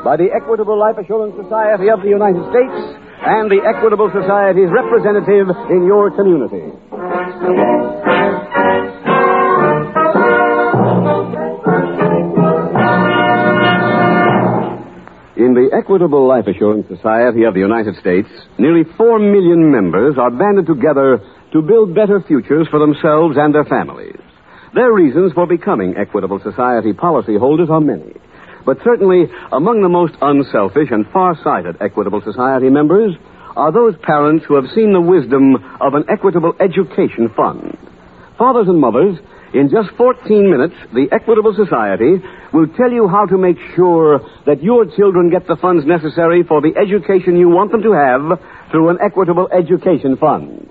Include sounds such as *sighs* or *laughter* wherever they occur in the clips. by the Equitable Life Assurance Society of the United States and the Equitable Society's representative in your community. In the Equitable Life Assurance Society of the United States, nearly four million members are banded together to build better futures for themselves and their families. Their reasons for becoming Equitable Society policyholders are many. But certainly, among the most unselfish and far-sighted Equitable Society members are those parents who have seen the wisdom of an Equitable Education Fund. Fathers and mothers, in just 14 minutes, the Equitable Society will tell you how to make sure that your children get the funds necessary for the education you want them to have through an Equitable Education Fund.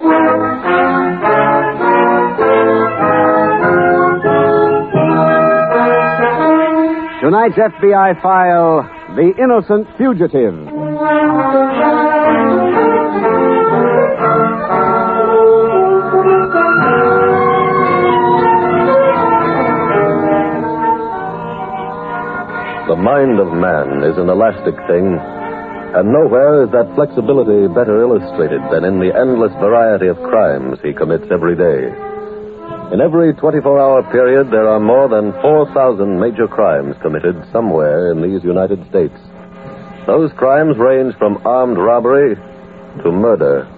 Tonight's FBI file The Innocent Fugitive. The mind of man is an elastic thing, and nowhere is that flexibility better illustrated than in the endless variety of crimes he commits every day. In every 24 hour period, there are more than 4,000 major crimes committed somewhere in these United States. Those crimes range from armed robbery to murder.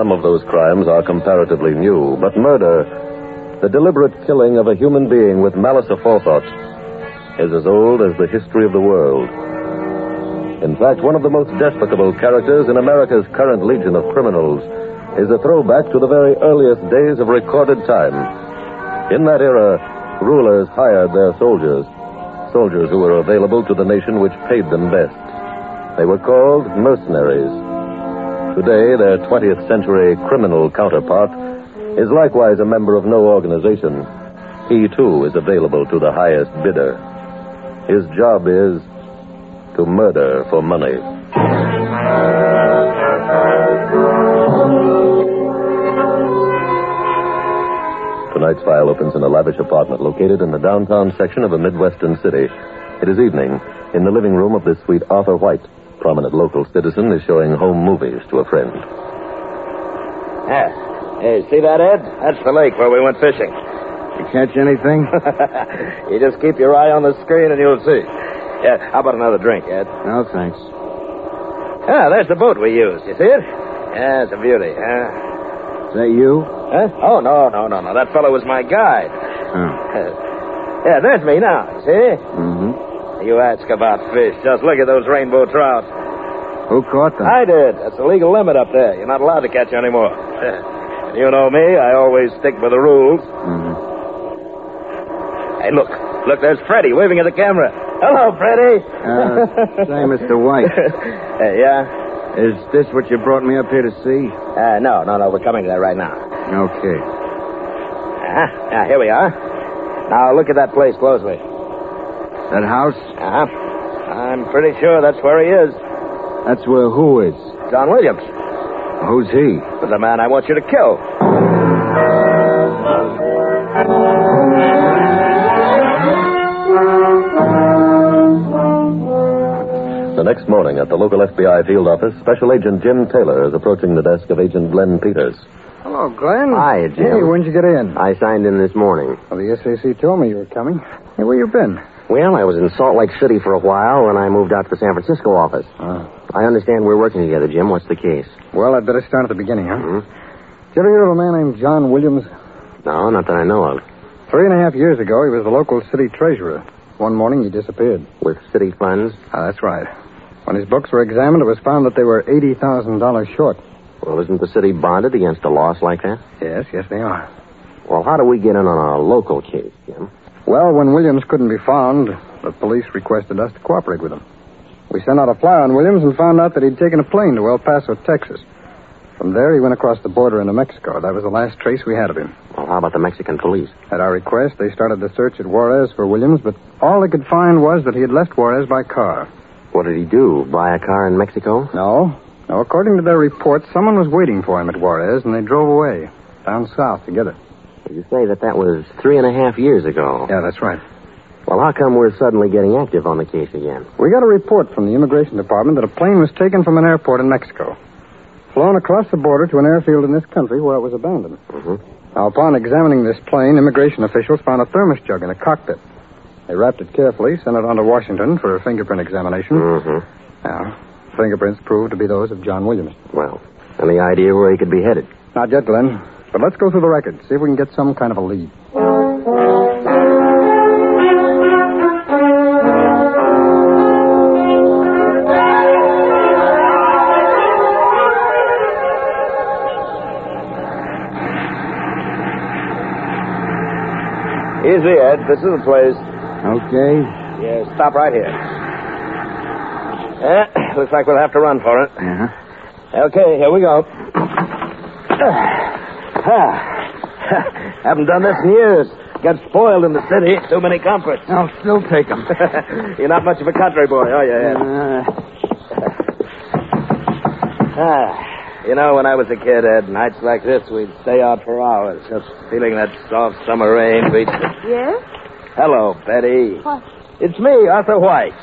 Some of those crimes are comparatively new, but murder, the deliberate killing of a human being with malice aforethought, is as old as the history of the world. In fact, one of the most despicable characters in America's current legion of criminals is a throwback to the very earliest days of recorded time. In that era, rulers hired their soldiers, soldiers who were available to the nation which paid them best. They were called mercenaries. Today, their 20th century criminal counterpart is likewise a member of no organization. He, too, is available to the highest bidder. His job is to murder for money. Tonight's file opens in a lavish apartment located in the downtown section of a Midwestern city. It is evening. In the living room of this suite, Arthur White, prominent local citizen, is showing home movies to a friend. Yeah. Hey, see that, Ed? That's the lake where we went fishing. You catch anything? *laughs* you just keep your eye on the screen and you'll see. Yeah, how about another drink, Ed? no, thanks. Ah, there's the boat we used. You see it? Yeah, it's a beauty. Huh? Is that you? Huh? Oh, no, no, no, no. That fellow was my guide. Oh. yeah, there's me now. See? Mm-hmm. You ask about fish. Just look at those rainbow trout. Who caught *laughs* them? I did. That's the legal limit up there. You're not allowed to catch *laughs* any more. And you know me. I always stick by the rules. Mm-hmm. Hey, look. Look, there's Freddie waving at the camera. Hello, Freddie. *laughs* Uh, say, Mr. White. Hey, Uh, yeah? Is this what you brought me up here to see? Uh, no, no, no. We're coming to that right now. Okay. Uh-huh. Yeah, here we are. Now, look at that place closely. That house? Uh-huh. I'm pretty sure that's where he is. That's where who is? John Williams. Who's he? The man I want you to kill. The next morning at the local FBI field office, Special Agent Jim Taylor is approaching the desk of Agent Glenn Peters. Hello, Glenn. Hi, Jim. Hmm. Hey, when'd you get in? I signed in this morning. Well, the SAC told me you were coming. Hey, where you been? Well, I was in Salt Lake City for a while, and I moved out to the San Francisco office. Ah. I understand we're working together, Jim. What's the case? Well, I'd better start at the beginning, huh? Did you ever hear of a man named John Williams? No, not that I know of. Three and a half years ago, he was the local city treasurer. One morning, he disappeared. With city funds? Ah, that's right. When his books were examined, it was found that they were $80,000 short. Well, isn't the city bonded against a loss like that? Yes, yes, they are. Well, how do we get in on a local case, Jim? Well, when Williams couldn't be found, the police requested us to cooperate with them. We sent out a flyer on Williams and found out that he'd taken a plane to El Paso, Texas. From there, he went across the border into Mexico. That was the last trace we had of him. Well, how about the Mexican police? At our request, they started the search at Juarez for Williams, but all they could find was that he had left Juarez by car. What did he do? Buy a car in Mexico? No. No, according to their report, someone was waiting for him at Juarez, and they drove away. Down south together. You say that that was three and a half years ago. Yeah, that's right. Well, how come we're suddenly getting active on the case again? We got a report from the Immigration Department that a plane was taken from an airport in Mexico, flown across the border to an airfield in this country where it was abandoned. Now, upon examining this plane, immigration officials found a thermos jug in the cockpit. They wrapped it carefully, sent it on to Washington for a fingerprint examination. Mm-hmm. Now, fingerprints proved to be those of John Williams. Well, any idea where he could be headed? Not yet, Glenn. But let's go through the record, see if we can get some kind of a lead. Easy, Ed. This is the place. Okay. Yeah, stop right here. Eh, looks like we'll have to run for it. Yeah. Okay, here we go. *sighs* Ah. *laughs* Haven't done this in years. Got spoiled in the city. Too many comforts. I'll still take them. *laughs* You're not much of a country boy, are you, Ed? *laughs* Ah, you know, when I was a kid, Ed, nights like this, we'd stay out for hours, just feeling that soft summer rain beat. Yes? Hello, Betty. What? It's me, Arthur White.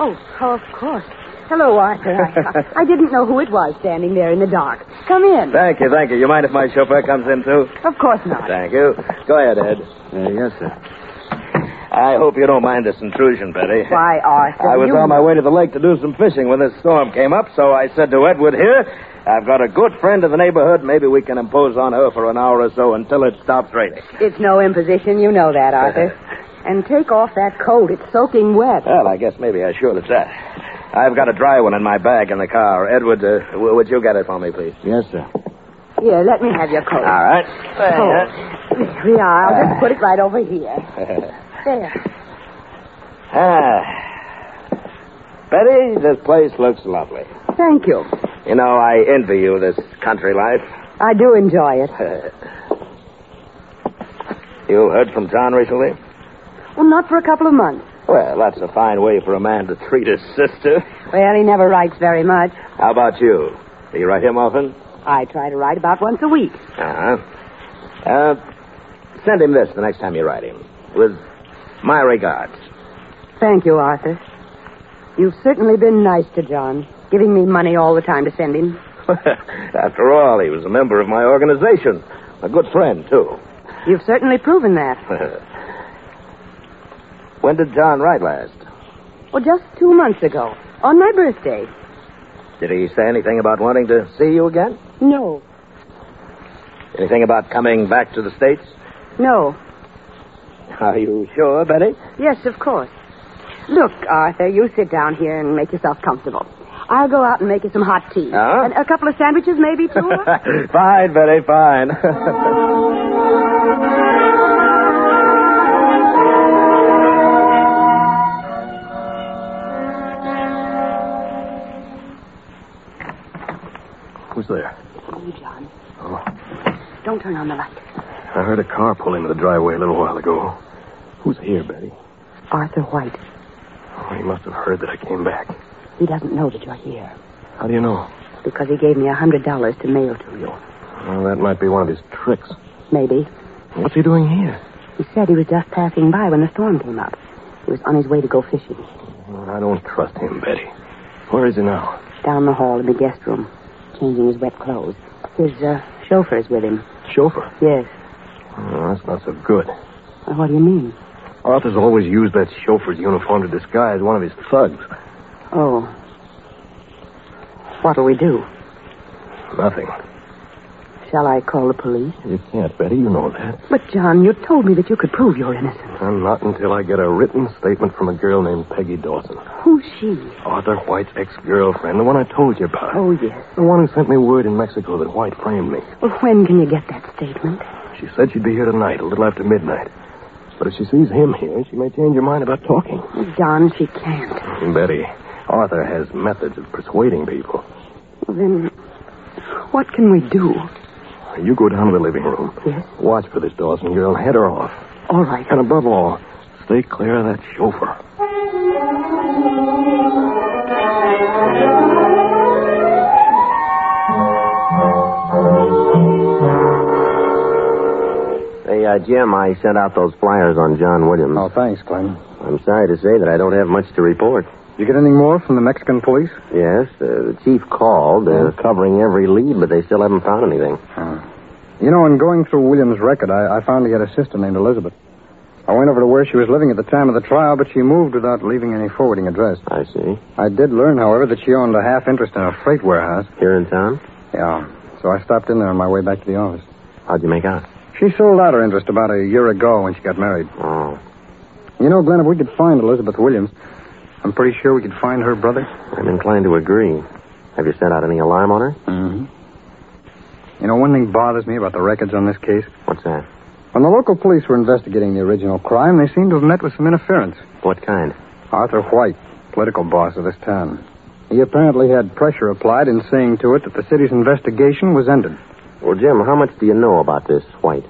Oh, oh, of course. Hello, Arthur. *laughs* I, I didn't know who it was standing there in the dark. Come in. Thank you, thank you. You mind if my chauffeur comes in, too? Of course not. Thank you. Go ahead, Ed. Uh, yes, sir. I hope you don't mind this intrusion, Betty. Why, Arthur? I was you... on my way to the lake to do some fishing when this storm came up, so I said to Edward here, I've got a good friend in the neighborhood. Maybe we can impose on her for an hour or so until it stops raining. It's no imposition. You know that, *laughs* Arthur. and take off that coat. It's soaking wet. Well, I guess maybe I should have that. I've got a dry one in my bag in the car. Edward, uh, w- would you get it for me, please? Yes, sir. Here, let me have your coat. All right. *laughs* There we are. I'll just put it right over here. Uh, There. Ah. Betty, this place looks lovely. Thank you. You know, I envy you this country life. *laughs* I do enjoy it. You heard from John recently? Well, not for a couple of months. Well, that's a fine way for a man to treat his sister. Well, he never writes very much. How about you? Do you write him often? I try to write about once a week. Uh-huh. Uh, send him this the next time you write him. With my regards. *laughs* Thank you, Arthur. You've certainly been nice to John, giving me money all the time to send him. After all, he was a member of my organization. A good friend, too. You've certainly proven that. *laughs* when did John write last? Well, just two months ago, on my birthday. Did he say anything about wanting to see you again? No, Anything about coming back to the States? *laughs* no. Are you sure, Betty? *laughs* Yes, of course. Look, Arthur, you sit down here and make yourself comfortable. I'll go out and make you some hot tea. Huh? And a couple of sandwiches, maybe, too. fine, Betty, fine. *laughs* Who's there? oh, John. Don't turn on the light. I heard a car pull into the driveway a little while ago. Who's here, Betty? Arthur White. Oh, he must have heard that I came back. He doesn't know that you're here How do you know? because he gave me a hundred dollars to mail to you. Well, that might be one of his tricks. Maybe. What's he doing here? He said he was just passing by when the storm came up. He was on his way to go fishing Well, I don't trust him, Betty. Where is he now? down the hall in the guest room, changing his wet clothes. His uh, chauffeur's with him. Chauffeur. Yes. Oh, that's not so good. Well, what do you mean? Arthur's always used that chauffeur's uniform to disguise one of his thugs. Oh. What'll we do? Nothing. Shall I call the police? You can't, Betty. You know that. But, John, you told me that you could prove you're innocent. And not until I get a written statement from a girl named Peggy Dawson. Who's she? Arthur White's ex-girlfriend, the one I told you about. Oh, yes. The one who sent me word in Mexico that White framed me. Well, when can you get that statement? She said she'd be here tonight, a little after midnight. But if she sees him here, she may change her mind about talking. Well, John, she can't. Mm-hmm. Betty, Arthur has methods of persuading people. Then, what can we do? You go down to the living room. Yes. Watch for this Dawson girl. Head her off. All right. And above all, stay clear of that chauffeur. Hey, uh, Jim, I sent out those flyers on John Williams. Oh, thanks, Clem. I'm sorry to say that I don't have much to report. You get anything more from the Mexican police? Yes, uh, the chief called. They're covering every lead, but they still haven't found anything. You know, in going through Williams' record, I, I found he had a sister named Elizabeth. I went over to where she was living at the time of the trial, but she moved without leaving any forwarding address. I see. I did learn, however, that she owned a half interest in a freight warehouse. Here in town? Yeah. So I stopped in there on my way back to the office. How'd you make out? She sold out her interest about a year ago when she got married. Oh, You know, Glenn, if we could find Elizabeth Williams, I'm pretty sure we could find her brother. I'm inclined to agree. Have you sent out any alarm on her? Mm-hmm. You know, one thing bothers me about the records on this case. What's that? When the local police were investigating the original crime, they seemed to have met with some interference. What kind? Arthur White, political boss of this town. He apparently had pressure applied in saying to it that the city's investigation was ended. Well, Jim, how much do you know about this White?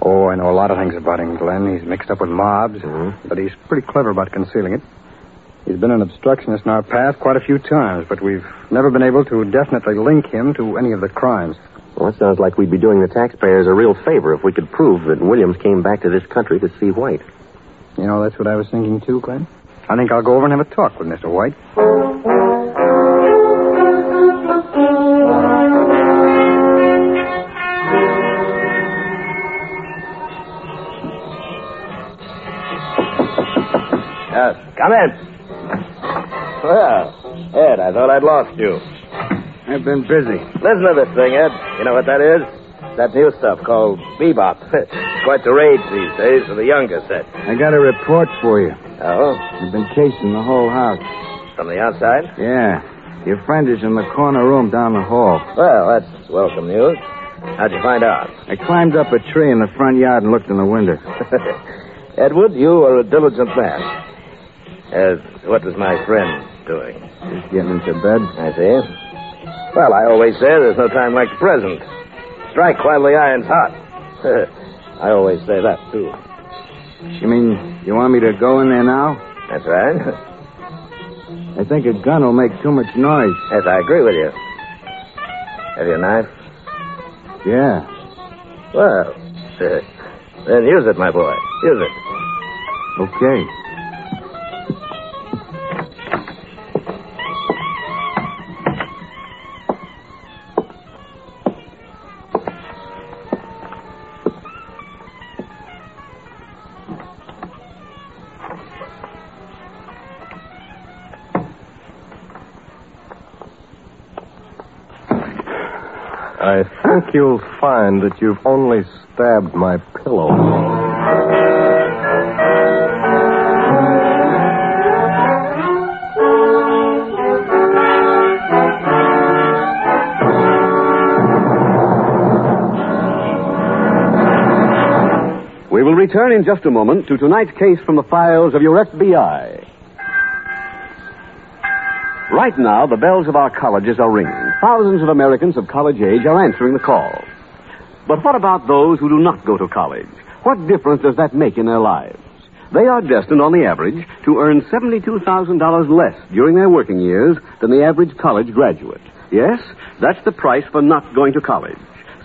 Oh, I know a lot of things about him, Glenn. He's mixed up with mobs, Mhm. but he's pretty clever about concealing it. He's been an obstructionist in our path quite a few times, but we've never been able to definitely link him to any of the crimes. Well, that sounds like we'd be doing the taxpayers a real favor if we could prove that Williams came back to this country to see White. You know, that's what I was thinking too, Glenn. I think I'll go over and have a talk with Mr. White. Yes. Come in. Well, Ed, I thought I'd lost you. I've been busy. Listen to this thing, Ed. You know what that is? That new stuff called bebop. *laughs* It's Quite the rage these days for the younger set. I got a report for you. Oh, I've been casing the whole house. from the outside? Yeah. Your friend is in the corner room down the hall. Well, that's welcome news. How'd you find out? I climbed up a tree in the front yard and looked in the window. *laughs* Edward, you are a diligent man. Uh, what was my friend doing? Just getting into bed. I see. Well, I always say there's no time like the present. Strike while the iron's hot. *laughs* I always say that, too. You mean you want me to go in there now? That's *laughs* right. I think a gun will make too much noise. Yes, I agree with you. Have you a knife? Yeah. Well, *laughs* then use it, my boy. Use it. Okay. I think you'll find that you've only stabbed my pillow. We will return in just a moment to tonight's case from the files of your FBI. Right now, the bells of our colleges are ringing. Thousands of Americans of college age are answering the call. But what about those who do not go to college? What difference does that make in their lives? They are destined, on the average, to earn $72,000 less during their working years than the average college graduate. Yes, that's the price for not going to college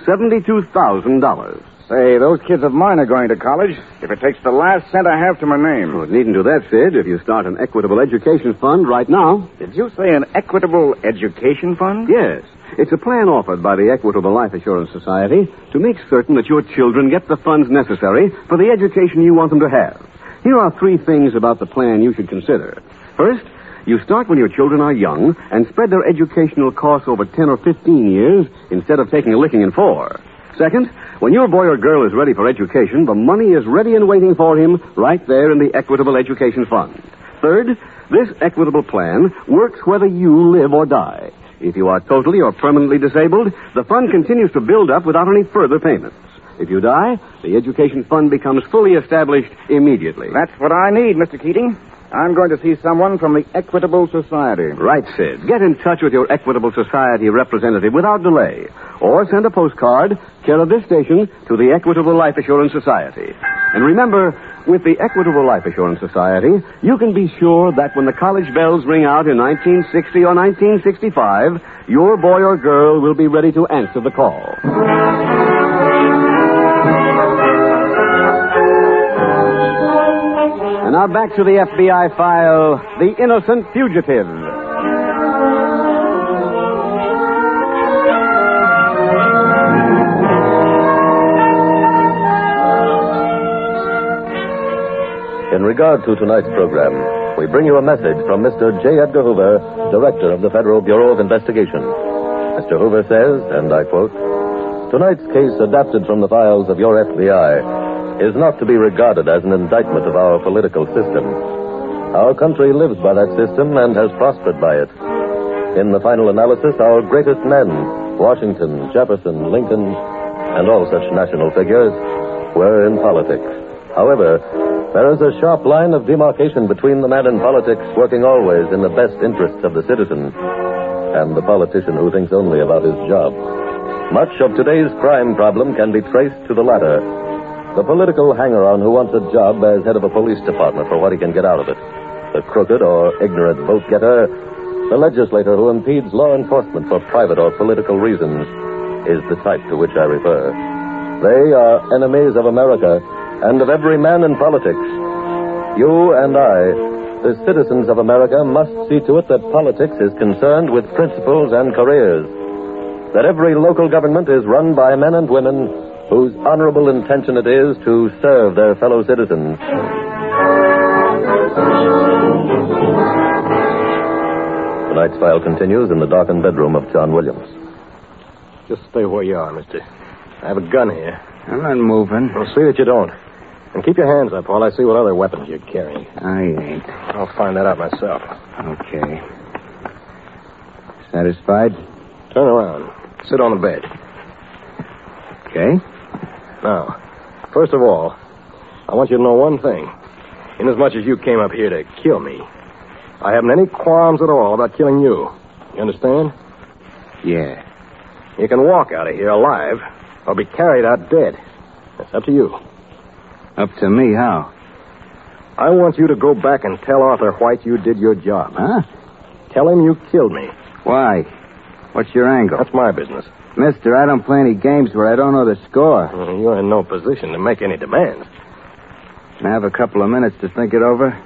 $72,000. Say, those kids of mine are going to college. If it takes the last cent I have to my name. Well, it needn't do that, Sid, if you start an equitable education fund right now. Did you say an equitable education fund? Yes. It's a plan offered by the Equitable Life Assurance Society to make certain that your children get the funds necessary for the education you want them to have. Here are three things about the plan you should consider. First, you start when your children are young and spread their educational costs over 10 or 15 years instead of taking a licking in four. Second, when your boy or girl is ready for education, the money is ready and waiting for him right there in the Equitable Education Fund. Third, this equitable plan works whether you live or die. If you are totally or permanently disabled, the fund continues to build up without any further payments. If you die, the education fund becomes fully established immediately. That's what I need, Mr. Keating. I'm going to see someone from the Equitable Society. Right, Sid. Get in touch with your Equitable Society representative without delay, or send a postcard, care of this station, to the Equitable Life Assurance Society. And remember, with the Equitable Life Assurance Society, you can be sure that when the college bells ring out in 1960 or 1965, your boy or girl will be ready to answer the call. And now back to the FBI file The Innocent Fugitive. In regard to tonight's program, we bring you a message from Mr. J. Edgar Hoover, Director of the Federal Bureau of Investigation. Mr. Hoover says, and I quote, Tonight's case, adapted from the files of your FBI, is not to be regarded as an indictment of our political system. Our country lives by that system and has prospered by it. In the final analysis, our greatest men, Washington, Jefferson, Lincoln, and all such national figures, were in politics. However, there is a sharp line of demarcation between the man in politics working always in the best interests of the citizen and the politician who thinks only about his job. Much of today's crime problem can be traced to the latter. The political hanger on who wants a job as head of a police department for what he can get out of it. The crooked or ignorant vote getter. The legislator who impedes law enforcement for private or political reasons is the type to which I refer. They are enemies of America and of every man in politics. You and I, the citizens of America, must see to it that politics is concerned with principles and careers. That every local government is run by men and women whose honorable intention it is to serve their fellow citizens. Tonight's file continues in the darkened bedroom of John Williams. Just stay where you are, mister. I have a gun here. I'm not moving. Well, see that you don't. And keep your hands up while I see what other weapons you're carrying. I ain't. I'll find that out myself. Okay. Satisfied? Turn around. Sit on the bed. Okay. Now, first of all, I want you to know one thing. Inasmuch as you came up here to kill me, I haven't any qualms at all about killing you. You understand? Yeah. You can walk out of here alive or be carried out dead. That's up to you. Up to me, how? I want you to go back and tell Arthur White you did your job. Huh? Tell him you killed me. Why? What's your angle? That's my business. Mister, I don't play any games where I don't know the score. Well, You're in no position to make any demands. Can I have a couple of minutes to think it over?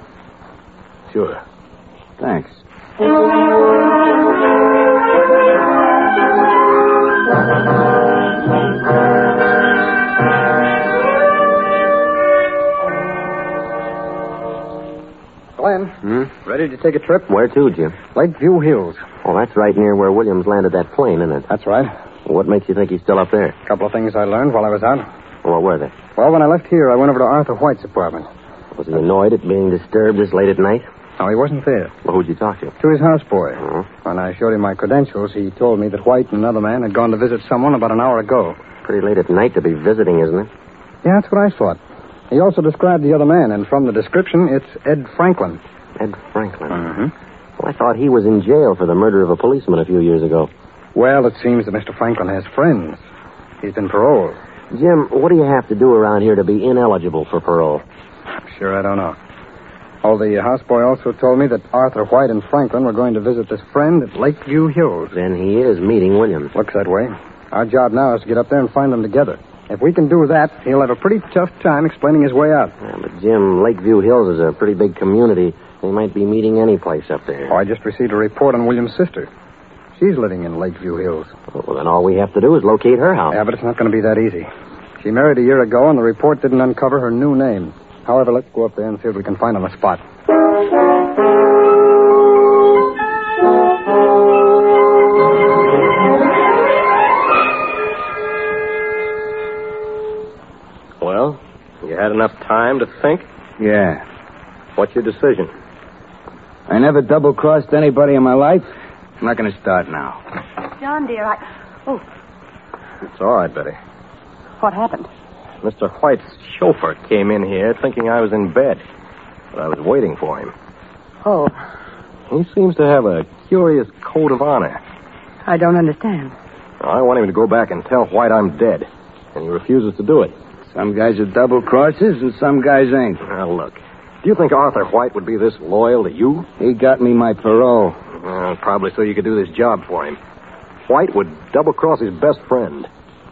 Sure. Thanks. Glenn, Hmm? ready to take a trip? Where to, Jim? Lakeview Hills. Oh, that's right near where Williams landed that plane, isn't it? That's right. What makes you think he's still up there? A couple of things I learned while I was out. What were they? Well, when I left here, I went over to Arthur White's apartment. Was he annoyed at being disturbed this late at night? No, he wasn't there. Well, who'd you talk to? To his houseboy. Oh, When I showed him my credentials, he told me that White and another man had gone to visit someone about an hour ago. pretty late at night to be visiting, isn't it? Yeah, that's what I thought. He also described the other man, and from the description, it's Ed Franklin. Ed Franklin. Mm-hmm. Well, I thought he was in jail for the murder of a policeman a few years ago. Well, it seems that Mr. Franklin has friends. He's been paroled. Jim, what do you have to do around here to be ineligible for parole? Sure, I don't know. Oh, the houseboy also told me that Arthur White and Franklin were going to visit this friend at Lakeview Hills. Then he is meeting Williams. Looks that way. Our job now is to get up there and find them together. If we can do that, he'll have a pretty tough time explaining his way out. Yeah, but Jim, Lakeview Hills is a pretty big community. They might be meeting any place up there. Oh, I just received a report on William's sister. She's living in Lakeview Hills. Well, then all we have to do is locate her house. Yeah, but it's not going to be that easy. She married a year ago, and the report didn't uncover her new name. However, let's go up there and see what we can find on the spot. Well, you had enough time to think? Yeah. What's your decision? I never double crossed anybody in my life. I'm not going to start now. John, dear, I. Oh, It's all right, Betty. what happened? Mr. White's chauffeur came in here thinking I was in bed, but I was waiting for him. Oh, He seems to have a curious code of honor. I don't understand. I want him to go back and tell White I'm dead, and he refuses to do it. Some guys are double crosses and some guys ain't. Now, look, do you think Arthur White would be this loyal to you? He got me my parole. Well, probably so you could do this job for him. White would double cross his best friend.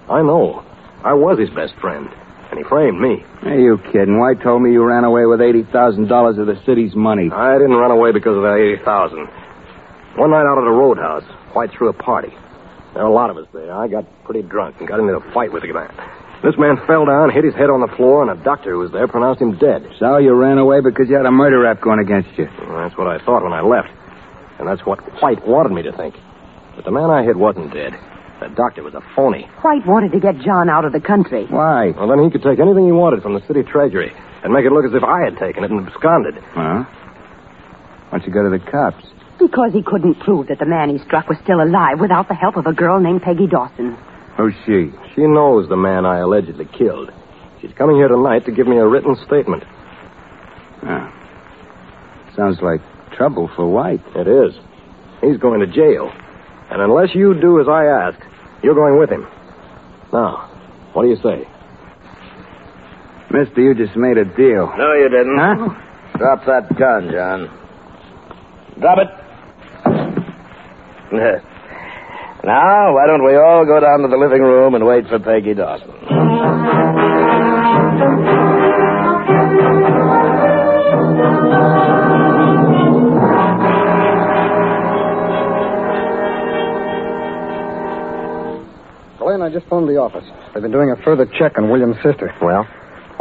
I know. I was his best friend, and he framed me. Are you kidding? Why told me you ran away with $80,000 of the city's money? I didn't run away because of that 80000 One night out at a roadhouse, White threw a party. There were a lot of us there. I got pretty drunk and got into a fight with the man. This man fell down, hit his head on the floor, and a doctor who was there pronounced him dead. So you ran away because you had a murder rap going against you. Well, that's what I thought when I left. And that's what White wanted me to think. But the man I hit wasn't dead. That doctor was a phony. White wanted to get John out of the country. Why? Well, then he could take anything he wanted from the city treasury and make it look as if I had taken it and absconded. Huh? Why'd you go to the cops? Because he couldn't prove that the man he struck was still alive without the help of a girl named Peggy Dawson. Who's she? Oh, She knows the man I allegedly killed. She's coming here tonight to give me a written statement. Ah. Sounds like trouble for White. It is. He's going to jail. And unless you do as I ask, you're going with him. Now, what do you say? Mister, you just made a deal. No, you didn't. Huh? Drop that gun, John. Drop it. *laughs* now, why don't we all go down to the living room and wait for Peggy Dawson? Elaine, I just phoned the office. They've been doing a further check on William's sister. Well,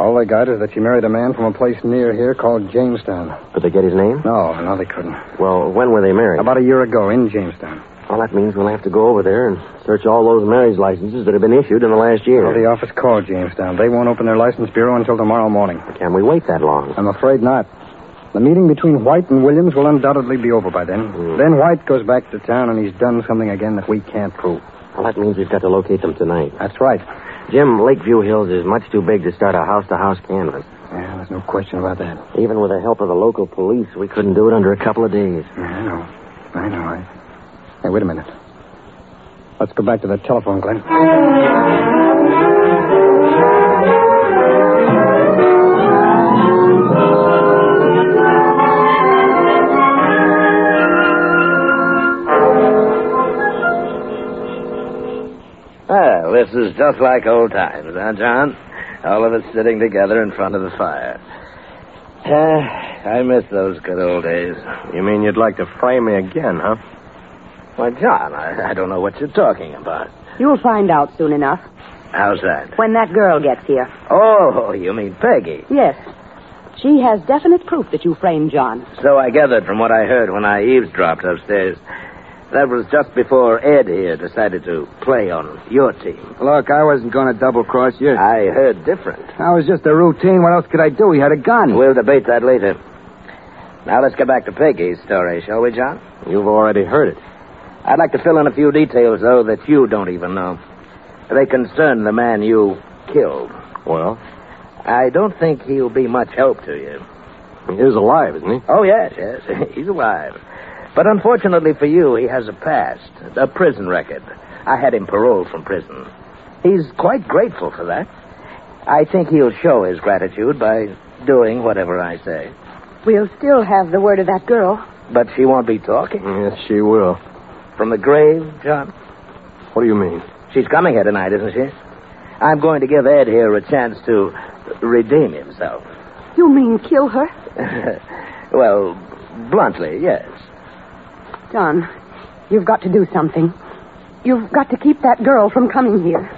All they got is that she married a man from a place near here called Jamestown. did they get his name? No, no, they couldn't. Well, when were they married? About a year ago in Jamestown. Well, that means we'll have to go over there and search all those marriage licenses that have been issued in the last year. Well, the office called Jamestown. They won't open their license bureau until tomorrow morning. Can we wait that long? I'm afraid not. The meeting between White and Williams will undoubtedly be over by then. Hmm. Then White goes back to town and he's done something again that we can't prove. Well, that means we've got to locate them tonight. That's right. Jim, Lakeview Hills is much too big to start a house-to-house canvass. Yeah, there's no question about that. Even with the help of the local police, we couldn't do it under a couple of days. Yeah, I know. I know. I... Hey, wait a minute. Let's go back to that telephone, Glenn. Well, this is just like old times, huh, John? All of us sitting together in front of the fire. Ah, I miss those good old days. Uh, You mean you'd like to frame me again, huh? Why, John, I, I don't know what you're talking about. You'll find out soon enough How's that? when that girl gets here. Oh, you mean Peggy. Yes. She has definite proof that you framed John. So I gathered from what I heard when I eavesdropped upstairs. That was just before Ed here decided to play on your team. Look, I wasn't going to double cross you. I heard different. That was just a routine. What else could I do? He had a gun. We'll debate that later. Now let's get back to Peggy's story, shall we, John? You've already heard it. I'd like to fill in a few details, though, that you don't even know. They concern the man you killed. Well, I don't think he'll be much help to you. he is alive, isn't he? Oh, yes, yes. *laughs* He's alive. But unfortunately for you, he has a past, a prison record. I had him paroled from prison. He's quite grateful for that. I think he'll show his gratitude by doing whatever I say. We'll still have the word of that girl. But she won't be talking. Yes, she will. From the grave, John? What do you mean? She's coming here tonight, isn't she? I'm going to give Ed here a chance to redeem himself. *laughs* You mean kill her? well, bluntly, yes. John, you've got to do something. You've got to keep that girl from coming here.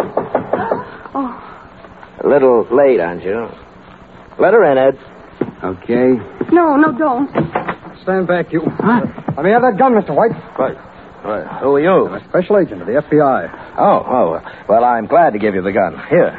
Oh, A little late, aren't you? Let her in, Ed. Okay. no, no, don't. Stand back, you. Huh? Let me have that gun, Mr. White. Right. who are you? Special agent of the FBI. Oh, oh. Well, I'm glad to give you the gun. Here.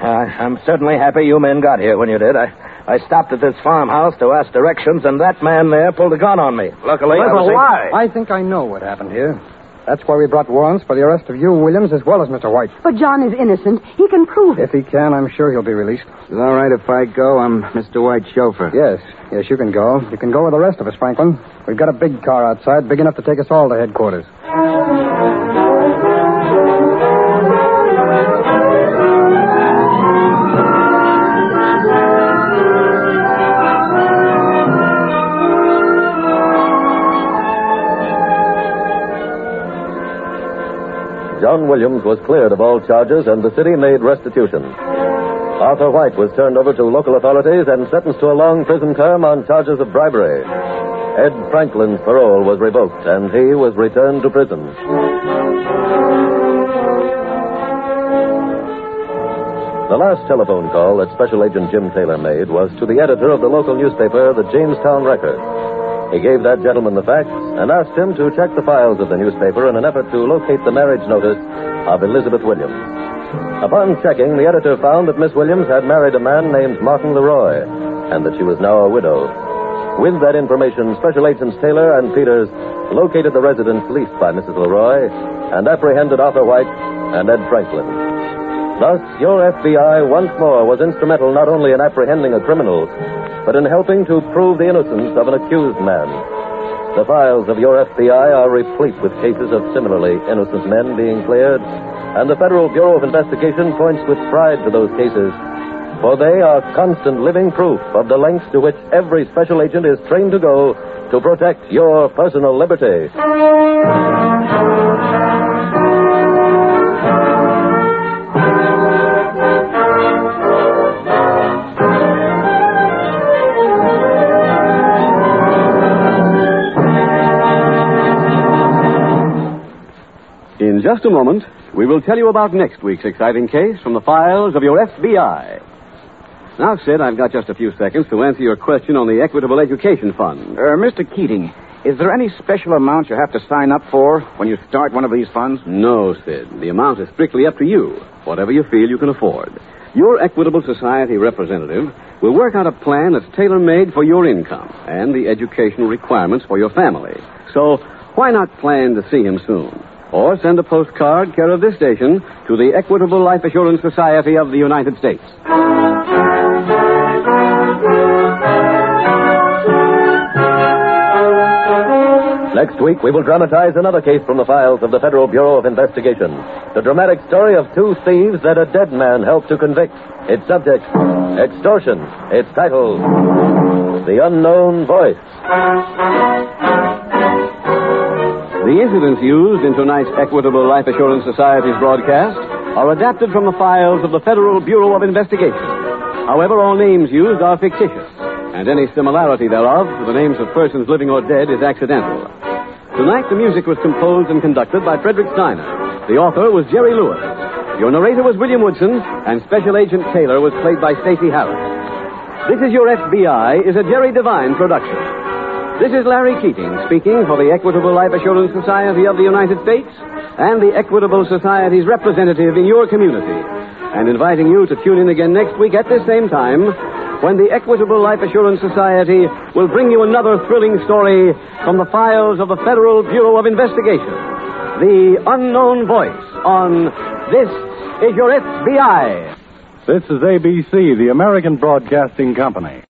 I I'm certainly happy you men got here when you did. I, I stopped at this farmhouse to ask directions, and that man there pulled a gun on me. Luckily, I was able- I think I know what happened here. That's why we brought warrants for the arrest of you, Williams, as well as Mr. White. But John is innocent. He can prove it. If he can, I'm sure he'll be released. Is it all right if I go? I'm Mr. White's chauffeur. Yes, yes, you can go. You can go with the rest of us, Franklin. We've got a big car outside, big enough to take us all to headquarters. John Williams was cleared of all charges and the city made restitution. Arthur White was turned over to local authorities and sentenced to a long prison term on charges of bribery. Ed Franklin's parole was revoked and he was returned to prison. The last telephone call that Special Agent Jim Taylor made was to the editor of the local newspaper, the Jamestown Record. He gave that gentleman the facts and asked him to check the files of the newspaper in an effort to locate the marriage notice of Elizabeth Williams. Upon checking, the editor found that Miss Williams had married a man named Martin Leroy and that she was now a widow. With that information, Special Agents Taylor and Peters located the residence leased by Mrs. Leroy and apprehended Arthur White and Ed Franklin. Thus, your FBI once more was instrumental not only in apprehending a criminal, but in helping to prove the innocence of an accused man. The files of your FBI are replete with cases of similarly innocent men being cleared, and the Federal Bureau of Investigation points with pride to those cases, for they are constant living proof of the lengths to which every special agent is trained to go to protect your personal liberty. In just a moment, we will tell you about next week's exciting case from the files of your FBI. Now, Sid, I've got just a few seconds to answer your question on the Equitable Education Fund. Uh, Mr. Keating, is there any special amount you have to sign up for when you start one of these funds? No, Sid. The amount is strictly up to you, whatever you feel you can afford. Your Equitable Society representative will work out a plan that's tailor made for your income and the educational requirements for your family. So, why not plan to see him soon? Or send a postcard, care of this station, to the Equitable Life Assurance Society of the United States. Next week, we will dramatize another case from the files of the Federal Bureau of Investigation. The dramatic story of two thieves that a dead man helped to convict. Its subject, extortion. Its title, The Unknown Voice. The incidents used in tonight's Equitable Life Assurance Society's broadcast are adapted from the files of the Federal Bureau of Investigation. However, all names used are fictitious, and any similarity thereof to the names of persons living or dead is accidental. Tonight, the music was composed and conducted by Frederick Steiner. The author was Jerry Lewis. Your narrator was William Woodson, and Special Agent Taylor was played by Stacey Harris. This is Your FBI is a Jerry Devine production. This is Larry Keating speaking for the Equitable Life Assurance Society of the United States and the Equitable Society's representative in your community, and inviting you to tune in again next week at this same time when the Equitable Life Assurance Society will bring you another thrilling story from the files of the Federal Bureau of Investigation The Unknown Voice on This Is Your FBI. This is ABC, the American Broadcasting Company.